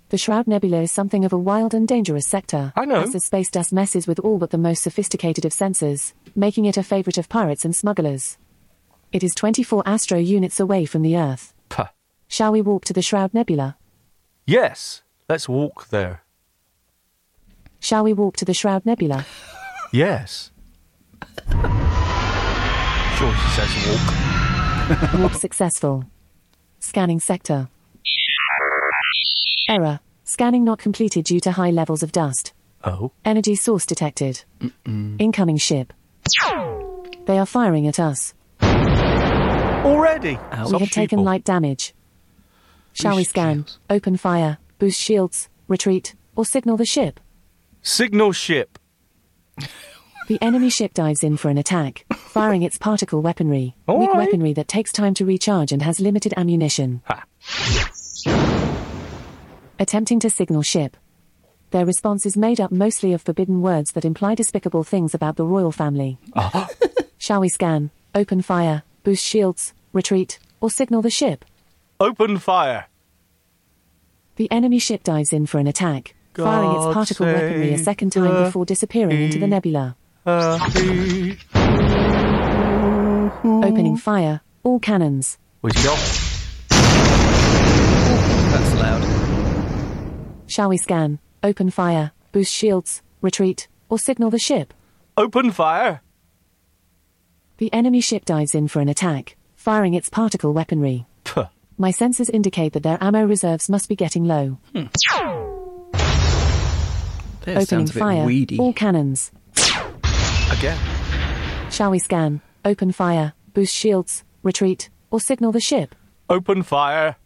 S3: The Shroud Nebula is something of a wild and dangerous sector.
S1: I know.
S3: As the space dust messes with all but the most sophisticated of sensors, making it a favorite of pirates and smugglers. It is 24 astro units away from the Earth.
S1: Puh.
S3: Shall we walk to the Shroud Nebula?
S1: Yes, let's walk there.
S3: Shall we walk to the Shroud Nebula?
S1: Yes. sure, she says walk.
S3: Walk successful. Scanning sector. Error. Scanning not completed due to high levels of dust.
S1: Oh.
S3: Energy source detected. Incoming ship. They are firing at us.
S1: Already.
S3: we have Oh, taken light damage. Shall we
S2: Boost
S3: scan,
S2: shields.
S3: open fire, boost shields, retreat, or signal the ship?
S1: Signal ship.
S3: The enemy ship dives in for an attack, firing its particle weaponry,
S1: All
S3: weak
S1: right.
S3: weaponry that takes time to recharge and has limited ammunition.
S1: Ha.
S3: Attempting to signal ship. Their response is made up mostly of forbidden words that imply despicable things about the royal family.
S1: Ah.
S3: Shall we scan, open fire, boost shields, retreat, or signal the ship?
S1: Open fire.
S3: The enemy ship dives in for an attack, firing its
S1: God
S3: particle weaponry a
S1: save
S3: second time
S1: the
S3: before disappearing into the
S1: king.
S3: nebula.
S1: Happy.
S3: Opening fire, all cannons.
S1: We shall.
S2: That's loud.
S3: Shall we scan, open fire, boost shields, retreat, or signal the ship?
S1: Open fire.
S3: The enemy ship dives in for an attack, firing its particle weaponry.
S1: Puh.
S3: My sensors indicate that their ammo reserves must be getting low.
S2: That
S3: Opening
S2: sounds a bit
S3: fire,
S2: weedy.
S3: all cannons.
S1: Again.
S3: Shall we scan, open fire, boost shields, retreat, or signal the ship?
S1: Open fire.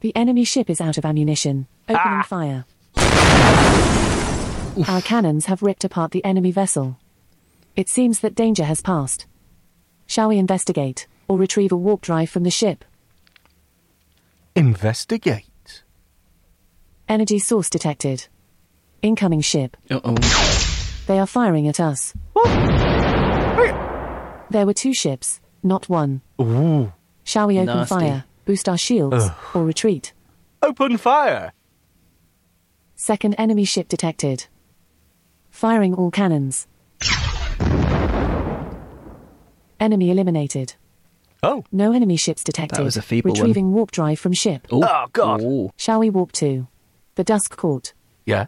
S3: The enemy ship is out of ammunition. Opening
S1: Ah.
S3: fire. Our cannons have ripped apart the enemy vessel. It seems that danger has passed. Shall we investigate, or retrieve a warp drive from the ship?
S1: Investigate.
S3: Energy source detected. Incoming ship.
S2: Uh-oh.
S3: They are firing at us. There were two ships, not one.
S1: Ooh.
S3: Shall we open
S2: Nasty.
S3: fire, boost our shields, or retreat?
S1: Open fire.
S3: Second enemy ship detected. Firing all cannons. Enemy eliminated.
S1: Oh.
S3: No enemy ships detected.
S2: was a feeble one.
S3: Retrieving warp drive from ship.
S2: Ooh.
S1: Oh, God.
S2: Ooh.
S3: Shall we warp to the Dusk Court,
S1: Yeah.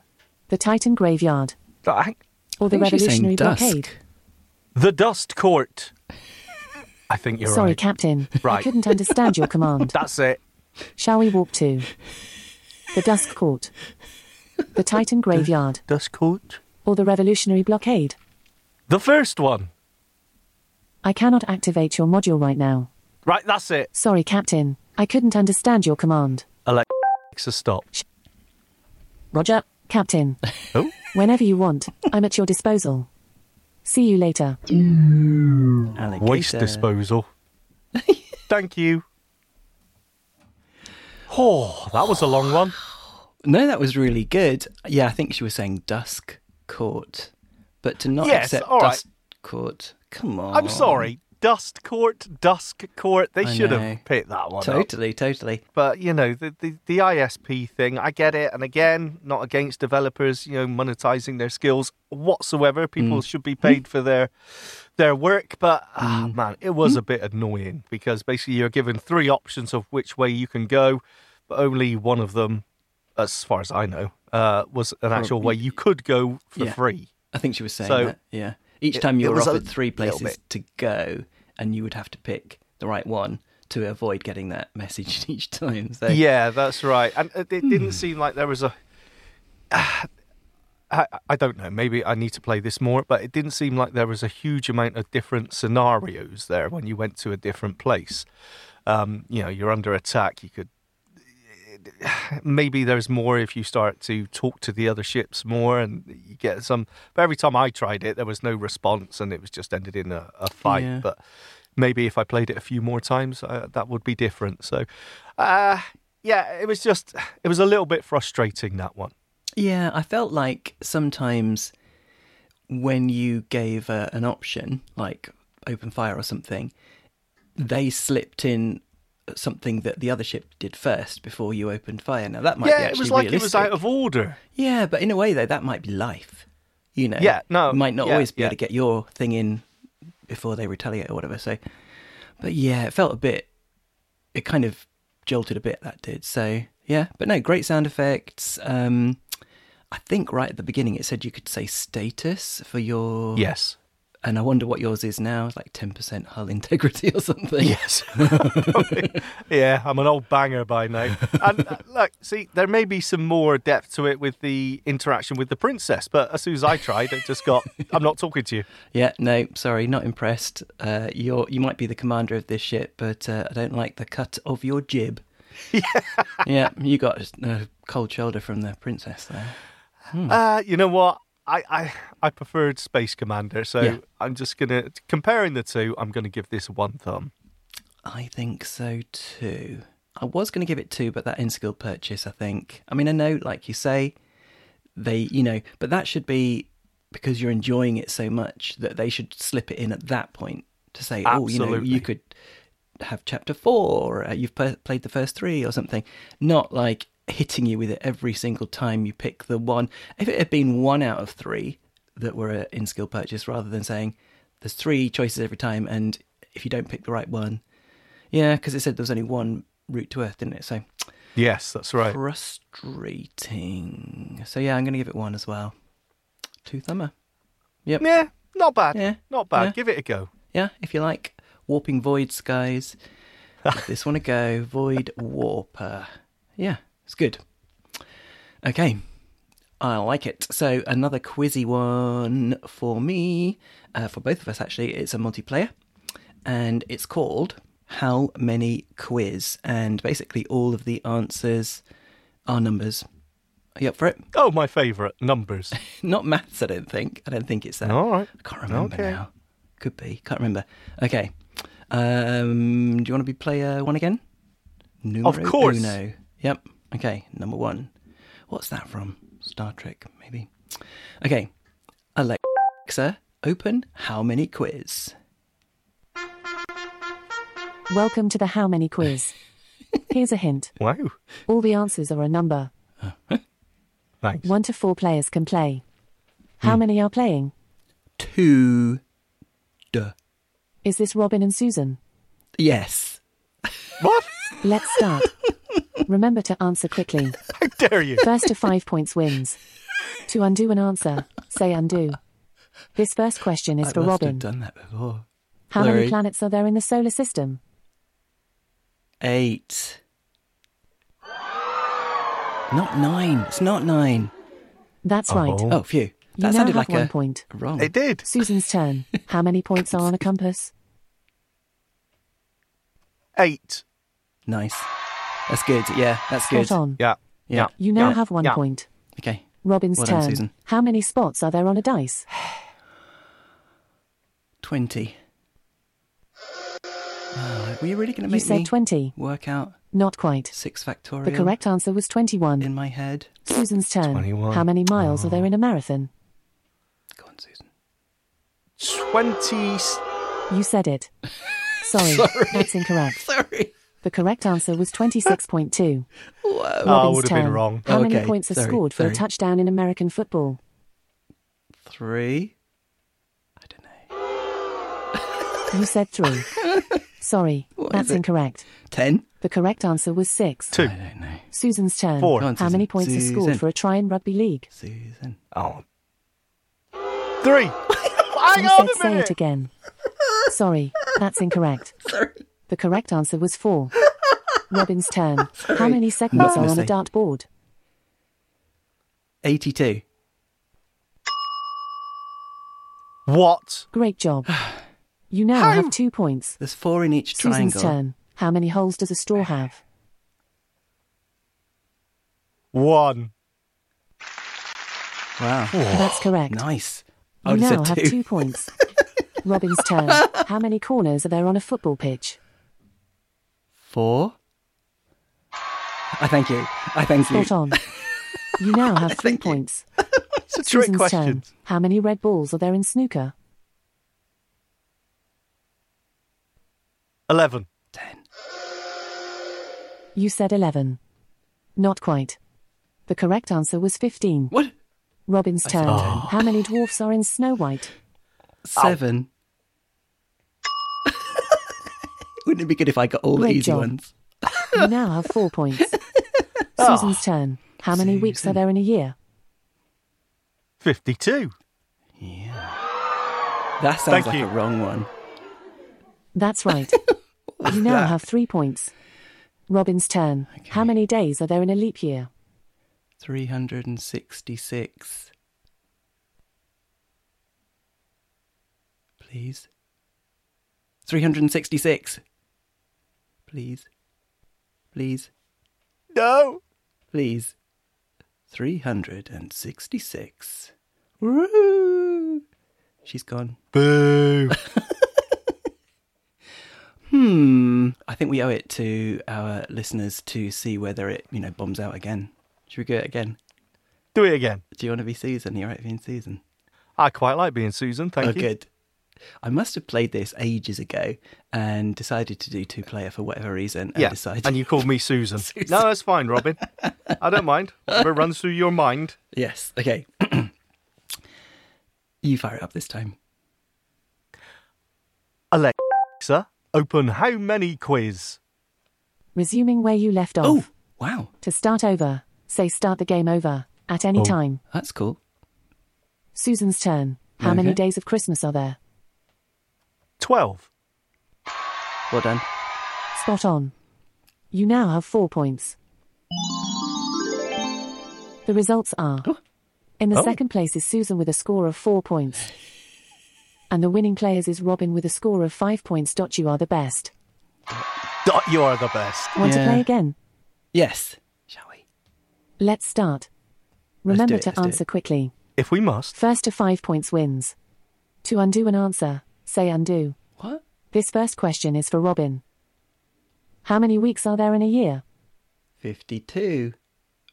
S3: the Titan Graveyard,
S1: I-
S3: or the
S2: I think she's
S3: Revolutionary
S2: saying dusk.
S3: Blockade?
S1: The dust court. I think you're
S3: Sorry,
S1: right.
S3: Captain. I
S1: Right.
S3: couldn't understand your command.
S1: That's it.
S3: Shall we warp to the Dusk Court, the Titan Graveyard,
S1: Dust court.
S3: or the Revolutionary Blockade?
S1: The first one.
S3: I cannot activate your module right now.
S1: Right, that's it.
S3: Sorry, Captain. I couldn't understand your command.
S1: Alexa, stop.
S3: Roger, Captain.
S1: Oh.
S3: Whenever you want, I'm at your disposal. See you later.
S2: Alligator.
S1: Waste disposal. Thank you. Oh, that was a long one.
S2: No, that was really good. Yeah, I think she was saying dusk court, but to not
S1: Yes,
S2: accept
S1: all right.
S2: dusk court. Come on.
S1: I'm sorry. Dust court, dusk court. They
S2: Oh. I
S1: should
S2: know.
S1: have picked that one. up.
S2: Totally, totally.
S1: But you know the, the the ISP thing, I get it, and again, not against developers, you know, monetizing their skills whatsoever. People should be paid for their their work, but ah, man, it was a bit annoying because basically you're given three options of which way you can go, but only one of them, as far as I know, uh, was an actual way you could go for
S2: Yeah.
S1: free.
S2: I think she was saying
S1: So,
S2: that. Yeah. Each
S1: it-
S2: time you
S1: it
S2: were
S1: was a
S2: offered three
S1: little
S2: places to go, and you would have to pick the right one to avoid getting that message each time. So
S1: Yeah, that's right. And uh, it, it didn't seem like there was a. I, I don't know. Maybe I need to play this more, but it didn't seem like there was a huge amount of different scenarios there when you went to a different place. Um, you know, you're under attack. You could maybe there's more if you start to talk to the other ships more and you get some. But every time I tried it, there was no response and it was just ended in a, a fight.
S2: Yeah.
S1: But maybe if I played it a few more times, uh, that would be different. So, uh, yeah, it was just, it was a little bit frustrating that one.
S2: Yeah, I felt like sometimes when you gave uh, an option, like open fire or something, they slipped in something that the other ship did first before you opened fire. Now that might be
S1: yeah,
S2: actually
S1: it was like it was
S2: realistic.
S1: out of order.
S2: yeah, but in a way though, that might be life. You know,
S1: Yeah, no,
S2: you might not
S1: yeah,
S2: always be
S1: yeah.
S2: able to get your thing in before they retaliate or whatever. So, but yeah, it felt a bit. It kind of jolted a bit. That did. So yeah, but no, great sound effects. Um, I think right at the beginning it said you could say status for your
S1: Yes.
S2: and I wonder what yours is now. It's like ten percent hull integrity or something.
S1: Yes. Probably. yeah, I'm an old banger by now. And uh, look, see, there may be some more depth to it with the interaction with the princess, but as soon as I tried, it just got, I'm not talking to you.
S2: Yeah, no, sorry, not impressed. Uh, you're you might be the commander of this ship, but uh, I don't like the cut of your jib. yeah, you got a cold shoulder from the princess there. Hmm.
S1: Uh, you know what? I, I, I preferred Space Commander, so
S2: Yeah.
S1: I'm just going to, comparing the two, I'm going to give this one thumb.
S2: I think so too. I was going to give it two, but that in skill purchase, I think. I mean, I know, like you say, they, you know, but that should be because you're enjoying it so much that they should slip it in at that point to say, oh, you know,
S1: Absolutely.
S2: you could have chapter four, or uh, you've per- played the first three or something. Not like hitting you with it every single time you pick the one. If it had been one out of three that were a in skill purchase rather than saying there's three choices every time and if you don't pick the right one, yeah, because it said there was only one route to Earth, didn't it? So
S1: Yes, that's right.
S2: frustrating. So yeah, I'm going to give it one as well. Two thumber. Yep.
S1: Yeah, not bad.
S2: Yeah,
S1: Not bad.
S2: yeah.
S1: Give it a go.
S2: Yeah, if you like warping voids, guys, give this one a go. Void warper. Yeah, it's good. Okay, I like it. So another quizzy one for me, uh, for both of us actually. It's a multiplayer, and it's called How Many Quiz, and basically all of the answers are numbers. Are you up for it?
S1: Oh, my favourite numbers.
S2: Not maths, I don't think. I don't think it's that.
S1: All right.
S2: I can't remember
S1: Okay.
S2: now. Could be. Can't remember. Okay. Um, do you want to be player one again? Numero
S1: course.
S2: Uno. Yep. Okay. Number one. What's that from? Star Trek, maybe. Okay. Alexa, open how many quiz?
S3: Welcome to the How Many quiz. Here's a hint
S1: Wow.
S3: all the answers are a number.
S1: Thanks.
S3: One to four players can play.
S2: Hmm.
S3: How many are playing?
S2: Two. Duh.
S3: Is this Robin and Susan?
S2: Yes.
S1: What?
S3: Let's start. Remember to answer quickly.
S1: How dare you?
S3: First to five points wins. To undo an answer, say undo. This first question is
S2: I
S3: for
S2: must
S3: Robin.
S2: have done that before.
S3: How
S2: Larry.
S3: many planets are there in the solar system?
S2: Eight. Not nine. It's not nine.
S3: That's right.
S1: Oh.
S2: Oh, phew.
S3: You
S2: That
S3: now
S2: sounded like
S3: have one
S2: a
S3: point.
S2: wrong.
S1: It did.
S3: Susan's turn. How many points are on a compass?
S1: Eight.
S2: Nice. That's good. Yeah, that's
S3: Spot
S2: good.
S3: on.
S1: Yeah.
S2: Yeah.
S3: You now
S1: Yeah.
S3: have one
S1: Yeah.
S3: point.
S2: Okay.
S3: Robin's
S2: Well done,
S3: turn.
S2: Susan.
S3: How many spots are there on a dice?
S2: Twenty. Oh, were you really going to
S3: You
S2: make me
S3: said 20.
S2: work out
S3: Not quite.
S2: six factorial
S3: The correct answer was 21.
S2: in Oh. my head?
S3: Susan's turn.
S1: 21.
S3: How many miles are there in a marathon?
S2: Go on, Susan.
S1: 20.
S3: You said it. Sorry, that's incorrect.
S2: Sorry.
S3: The correct answer was 26.2.
S2: Whoa.
S1: Oh, I
S3: Robin's
S1: would have been
S3: turn.
S1: wrong.
S3: How many
S2: Okay,
S3: points are
S2: sorry,
S3: scored for
S2: sorry.
S3: a touchdown in American football?
S2: Three. I don't know.
S3: You said three. Sorry,
S2: What
S3: that's
S2: is it?
S3: incorrect.
S2: Ten.
S3: The correct answer was six.
S1: Two.
S2: I don't know.
S3: Susan's turn.
S1: Four.
S2: Go on,
S3: How many
S2: Susan.
S3: points are scored
S2: Susan.
S3: for a try in rugby league?
S2: Susan.
S1: Oh. Three. Hang
S3: you
S1: on
S3: said
S1: a
S3: say
S1: minute.
S3: it again. Sorry, that's incorrect.
S2: Sorry.
S3: The correct answer was four. Robin's turn. How
S2: Sorry.
S3: many
S2: Not
S3: segments
S2: a
S3: are on a
S2: mistake.
S3: dartboard?
S2: Eighty-two.
S1: What?
S3: Great job. You now
S1: How?
S3: have two points.
S2: There's four in each
S3: Susan's
S2: triangle.
S3: turn. How many holes does a straw have?
S1: One.
S2: Wow.
S3: That's correct.
S2: Nice. I
S3: You
S2: would
S3: now
S2: have
S3: have
S2: said
S3: two,
S2: two.
S3: points. Robin's turn. How many corners are there on a football pitch?
S2: Four. I thank you. I thank you.
S3: Spot on. You now have three points.
S1: It's a trick
S3: Susan's
S1: question.
S3: turn. How many red balls are there in snooker?
S1: Eleven.
S2: Ten.
S3: You said 11. Not quite. The correct answer was 15.
S2: What?
S3: Robin's turn.
S2: Oh.
S3: How many dwarfs are in Snow White?
S2: Seven. Wouldn't it be good if I got all
S3: Great
S2: the easy
S3: job.
S2: ones?
S3: You now have four points.
S1: Oh.
S3: Susan's turn. How many weeks are
S2: Susan.
S3: there in a year?
S1: Ah, Fifty-two.
S2: That sounds
S1: Thank
S2: like
S1: you.
S2: a wrong one.
S3: That's right. you now
S2: that?
S3: have three points. Robin's turn. How many days are there in a leap year?
S2: 366. Please. 366. Please. Please.
S1: No.
S2: Please. 366. Woo! She's gone.
S1: Boo.
S2: Hmm. I think we owe it to our listeners to see whether it, you know, bombs out again. Should we go again?
S1: Do it again.
S2: Do you want to be Susan? You're right being Susan.
S1: I quite like being Susan. Thank
S2: oh,
S1: you.
S2: good. I must have played this ages ago and decided to do two player for whatever reason. And
S1: Yeah.
S2: decided,
S1: And you called me Susan. No, that's fine, Robin. I don't mind. Whatever runs through your mind.
S2: yes, okay. you fire it up this time.
S1: Alexa, open how many quiz?
S3: Resuming where you left off.
S2: Oh, wow,
S3: To start over, say start the game over at any
S1: Oh.
S3: time.
S2: that's cool.
S3: Susan's turn. How many
S2: Okay.
S3: days of Christmas are there?
S1: Twelve.
S2: Well done.
S3: Spot on. You now have four points. The results are in the
S2: Oh.
S3: second place is Susan with a score of four points. And the winning players is Robin with a score of five points. Dot, you are the best.
S1: Dot, you are the best.
S3: Want to
S2: Yeah.
S3: play again?
S2: Yes, shall we?
S3: Let's start. Remember
S2: do it,
S3: to
S2: let's do it.
S3: answer quickly.
S1: If we must.
S3: First to five points wins. To undo an answer, say undo.
S2: What?
S3: This first question is for Robin. How many weeks are there in a year?
S2: 52.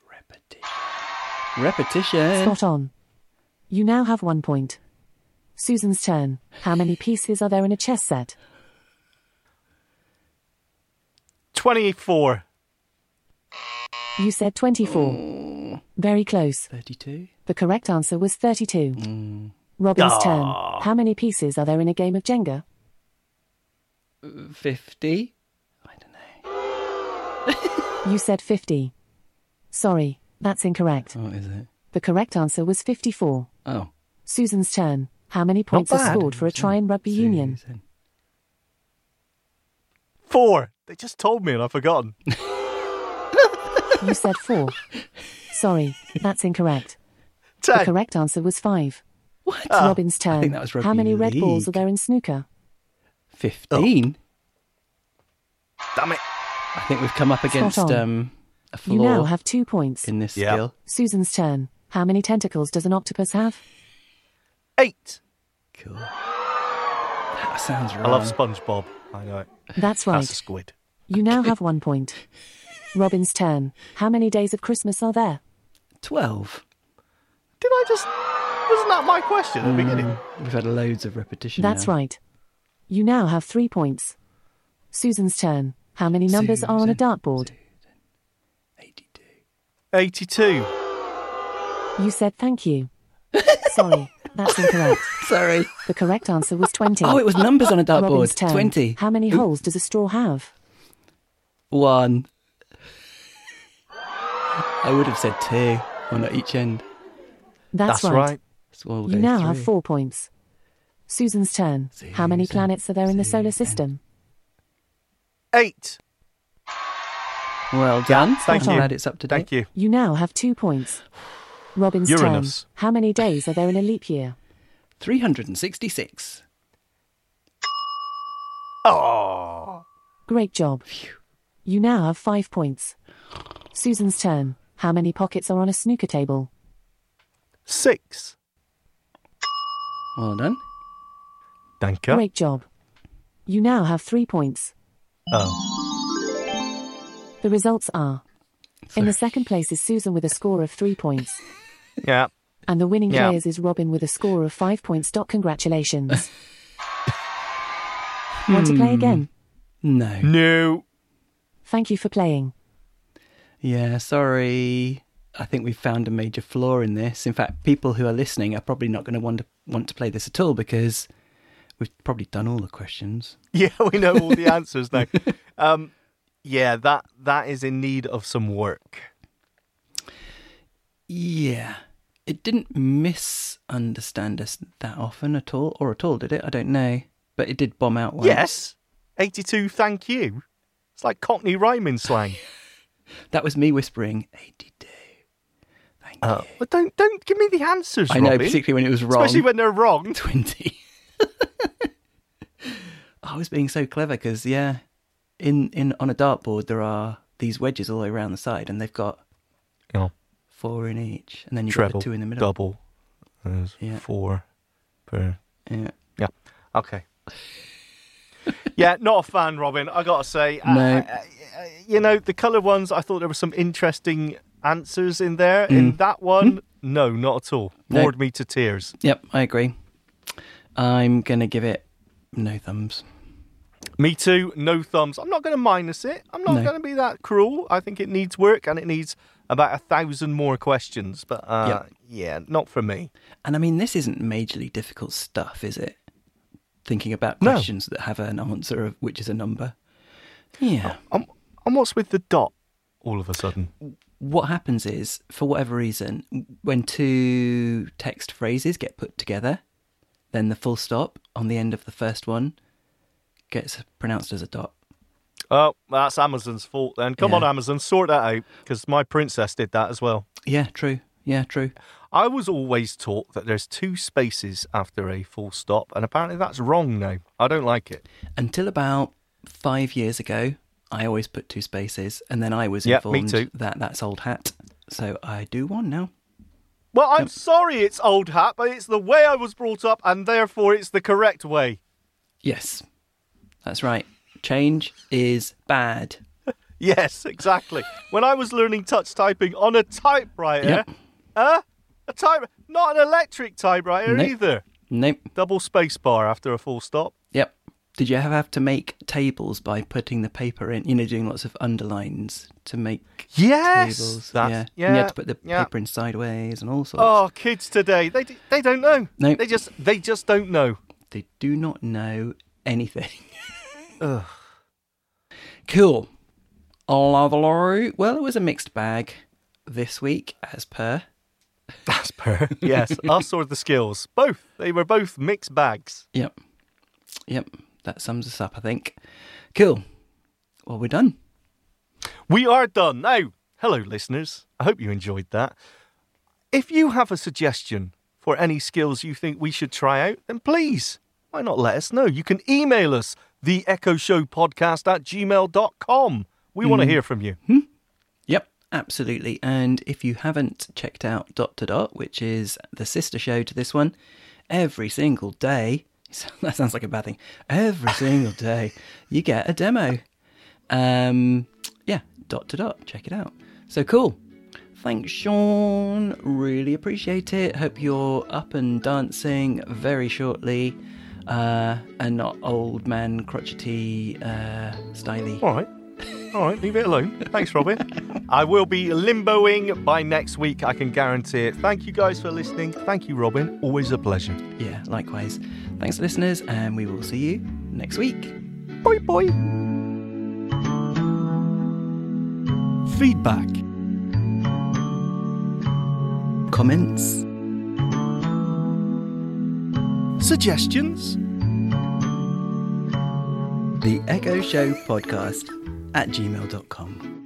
S2: Repetition. Repetition.
S3: Spot on. You now have one point. Susan's turn. How many pieces are there in a chess set?
S1: Twenty-four.
S3: You said 24. Very close.
S2: 32.
S3: The correct answer was 32. Robin's turn. How many pieces are there in a game of Jenga?
S2: 50. I don't know.
S3: You said 50. Sorry, that's incorrect.
S2: What is it?
S3: The correct answer was 54.
S2: Oh.
S3: Susan's turn. How many points are
S1: bad.
S3: scored for a try in rugby union?
S2: Susan.
S1: Four. They just told me and I've forgotten.
S3: You said four. Sorry, that's incorrect. The
S1: Ten.
S3: correct answer was five.
S2: What?
S3: It's Robin's turn.
S2: Ah, I think that was rugby
S3: How many red balls are
S2: league.
S3: there in snooker?
S2: 15.
S1: Damn it.
S2: I think we've come up against
S3: on.
S2: um, a flaw
S3: You now have two points.
S2: in this
S1: Yeah.
S2: skill.
S3: Susan's turn. How many tentacles does an octopus have?
S1: Eight.
S2: Cool. That sounds wrong.
S1: I love SpongeBob. I know it.
S3: That's right.
S1: That's a squid.
S3: You now have one point. Robin's turn. How many days of Christmas are there?
S2: 12.
S1: Did I just. Wasn't that my question at the beginning?
S2: Mm. We've had loads of repetition.
S3: That's
S2: now.
S3: right. You now have three points. Susan's turn. How many numbers are on a
S2: Susan.
S3: dartboard?
S2: 82.
S1: 82.
S3: You said thank you. Sorry, that's incorrect.
S2: Sorry.
S3: The correct answer was 20.
S2: Oh, it was numbers on a
S3: Robin's
S2: dartboard.
S3: turn.
S2: 20.
S3: How many holes does a straw have?
S2: One. I would have said two, one at each end.
S3: That's,
S1: right.
S2: So we'll
S3: You
S2: go
S3: now
S2: three.
S3: have four points. Susan's turn. How many
S2: Susan,
S3: planets are there in the solar
S2: Susan.
S3: system?
S1: Eight.
S2: Well done.
S1: Thank
S2: I'm
S1: you.
S2: glad it's up to date.
S1: Thank you.
S3: You now have two points. Robin's
S1: Uranus.
S3: turn. How many days are there in a leap year?
S2: 366.
S1: Oh.
S3: Great job. You now have five points. Susan's turn. How many pockets are on a snooker table?
S1: Six.
S2: Well done.
S1: Danke.
S3: Great job. You now have three points.
S1: Oh.
S3: The results are in the
S2: Sorry.
S3: second place is Susan with a score of three points,
S1: Yeah.
S3: and the winning
S1: Yeah.
S3: players is Robin with a score of five points. Dot, Congratulations. Want to play again?
S1: Mm.
S2: No.
S1: No.
S3: Thank you for playing.
S2: Yeah, sorry. I think we've found a major flaw in this. In fact, people who are listening are probably not going to want to want to play this at all because we've probably done all the questions.
S1: Yeah, we know all the answers now. Um, yeah, that that is in need of some work.
S2: Yeah. It didn't misunderstand us that often at all, or at all, did it? I don't know. But it did bomb out once.
S1: Yes. 82, thank you. It's like Cockney rhyming slang.
S2: That was me whispering, 82. Thank
S1: Uh,
S2: you.
S1: but don't don't give me the answers,
S2: I know,
S1: Robbie.
S2: particularly when it was wrong.
S1: Especially when they're wrong.
S2: 20. I was being so clever because, yeah, in, in on a dartboard, there are these wedges all the way around the side, and they've got
S1: Oh,
S2: four in each, and then you've got
S1: treble,
S2: the two in the middle.
S1: double, there's
S2: Yeah.
S1: four per.
S2: Yeah.
S1: Yeah. Okay. yeah, not a fan, Robin. I gotta say, Ah, I-
S2: No.
S1: I- I- you know the colour ones. I thought there were some interesting answers in there. In that one, no, not at all.
S2: Mm. Hmm? No.
S1: Bored me to tears.
S2: Yep, I agree. I'm going to give it no thumbs.
S1: Me too. No thumbs. I'm not going to minus it. I'm not
S2: No.
S1: going to be that cruel. I think it needs work and it needs about a thousand more questions. But uh, yeah, not for me.
S2: And I mean, this isn't majorly difficult stuff, is it? Thinking about
S1: No.
S2: questions that have an answer, of which is a number. Yeah.
S1: I'm, I'm what's with the dot all of a sudden?
S2: What happens is, for whatever reason, when two text phrases get put together, then the full stop on the end of the first one gets pronounced as a dot.
S1: Oh, that's Amazon's fault then. Come
S2: Yeah.
S1: on, Amazon, sort that out because my princess did that as well.
S2: Yeah, true. Yeah, true.
S1: I was always taught that there's two spaces after a full stop, and apparently that's wrong now. I don't like it.
S2: Until about five years ago, I always put two spaces, and then I was
S1: Yep, me
S2: informed
S1: too.
S2: that that's old hat. So I do one now.
S1: Well, I'm sorry it's old hat, but it's the way I was brought up, and therefore it's the correct way.
S2: Yes, that's right. Change is bad.
S1: Yes, exactly. when I was learning touch typing on a typewriter,
S2: Yep.
S1: huh? A type, not an electric typewriter
S2: Nope.
S1: either.
S2: Nope.
S1: Double space bar after a full stop.
S2: Yep. Did you ever have to make tables by putting the paper in? You know, doing lots of underlines to make
S1: Yes,
S2: tables.
S1: that's-
S2: yeah. And you
S1: yeah,
S2: had to put the
S1: yeah.
S2: paper in sideways and all sorts.
S1: Oh, kids today, they d- they don't know.
S2: Nope.
S1: They just they just don't know.
S2: They do not know anything. Cool. Lovely. Well, it was a mixed bag this week, as per.
S1: That's per. yes, us or the skills. Both. They were both mixed bags.
S2: Yep. Yep. That sums us up, I think. Cool. Well, we're done.
S1: We are done now. Hello, listeners. I hope you enjoyed that. If you have a suggestion for any skills you think we should try out, then please, why not let us know? You can email us, the Echo Show Podcast at gmail.com. We want to
S2: Mm.
S1: hear from you.
S2: Yep, absolutely. And if you haven't checked out Dot to Dot, which is the sister show to this one, every single day, that sounds like a bad thing. Every single day, you get a demo. Um, yeah, Dot to Dot. Check it out. So cool. Thanks, Sean. Really appreciate it. Hope you're up and dancing very shortly. Uh, and not old man crotchety uh, styly.
S1: All right. All right, leave it alone. Thanks, Robin. I will be limboing by next week, I can guarantee it. Thank you guys for listening. Thank you, Robin. Always a pleasure.
S2: Yeah, likewise. Thanks, listeners, and we will see you next week.
S1: Bye bye. Feedback.
S2: Comments?
S1: Suggestions?
S2: The Echo Show Podcast at gmail.com.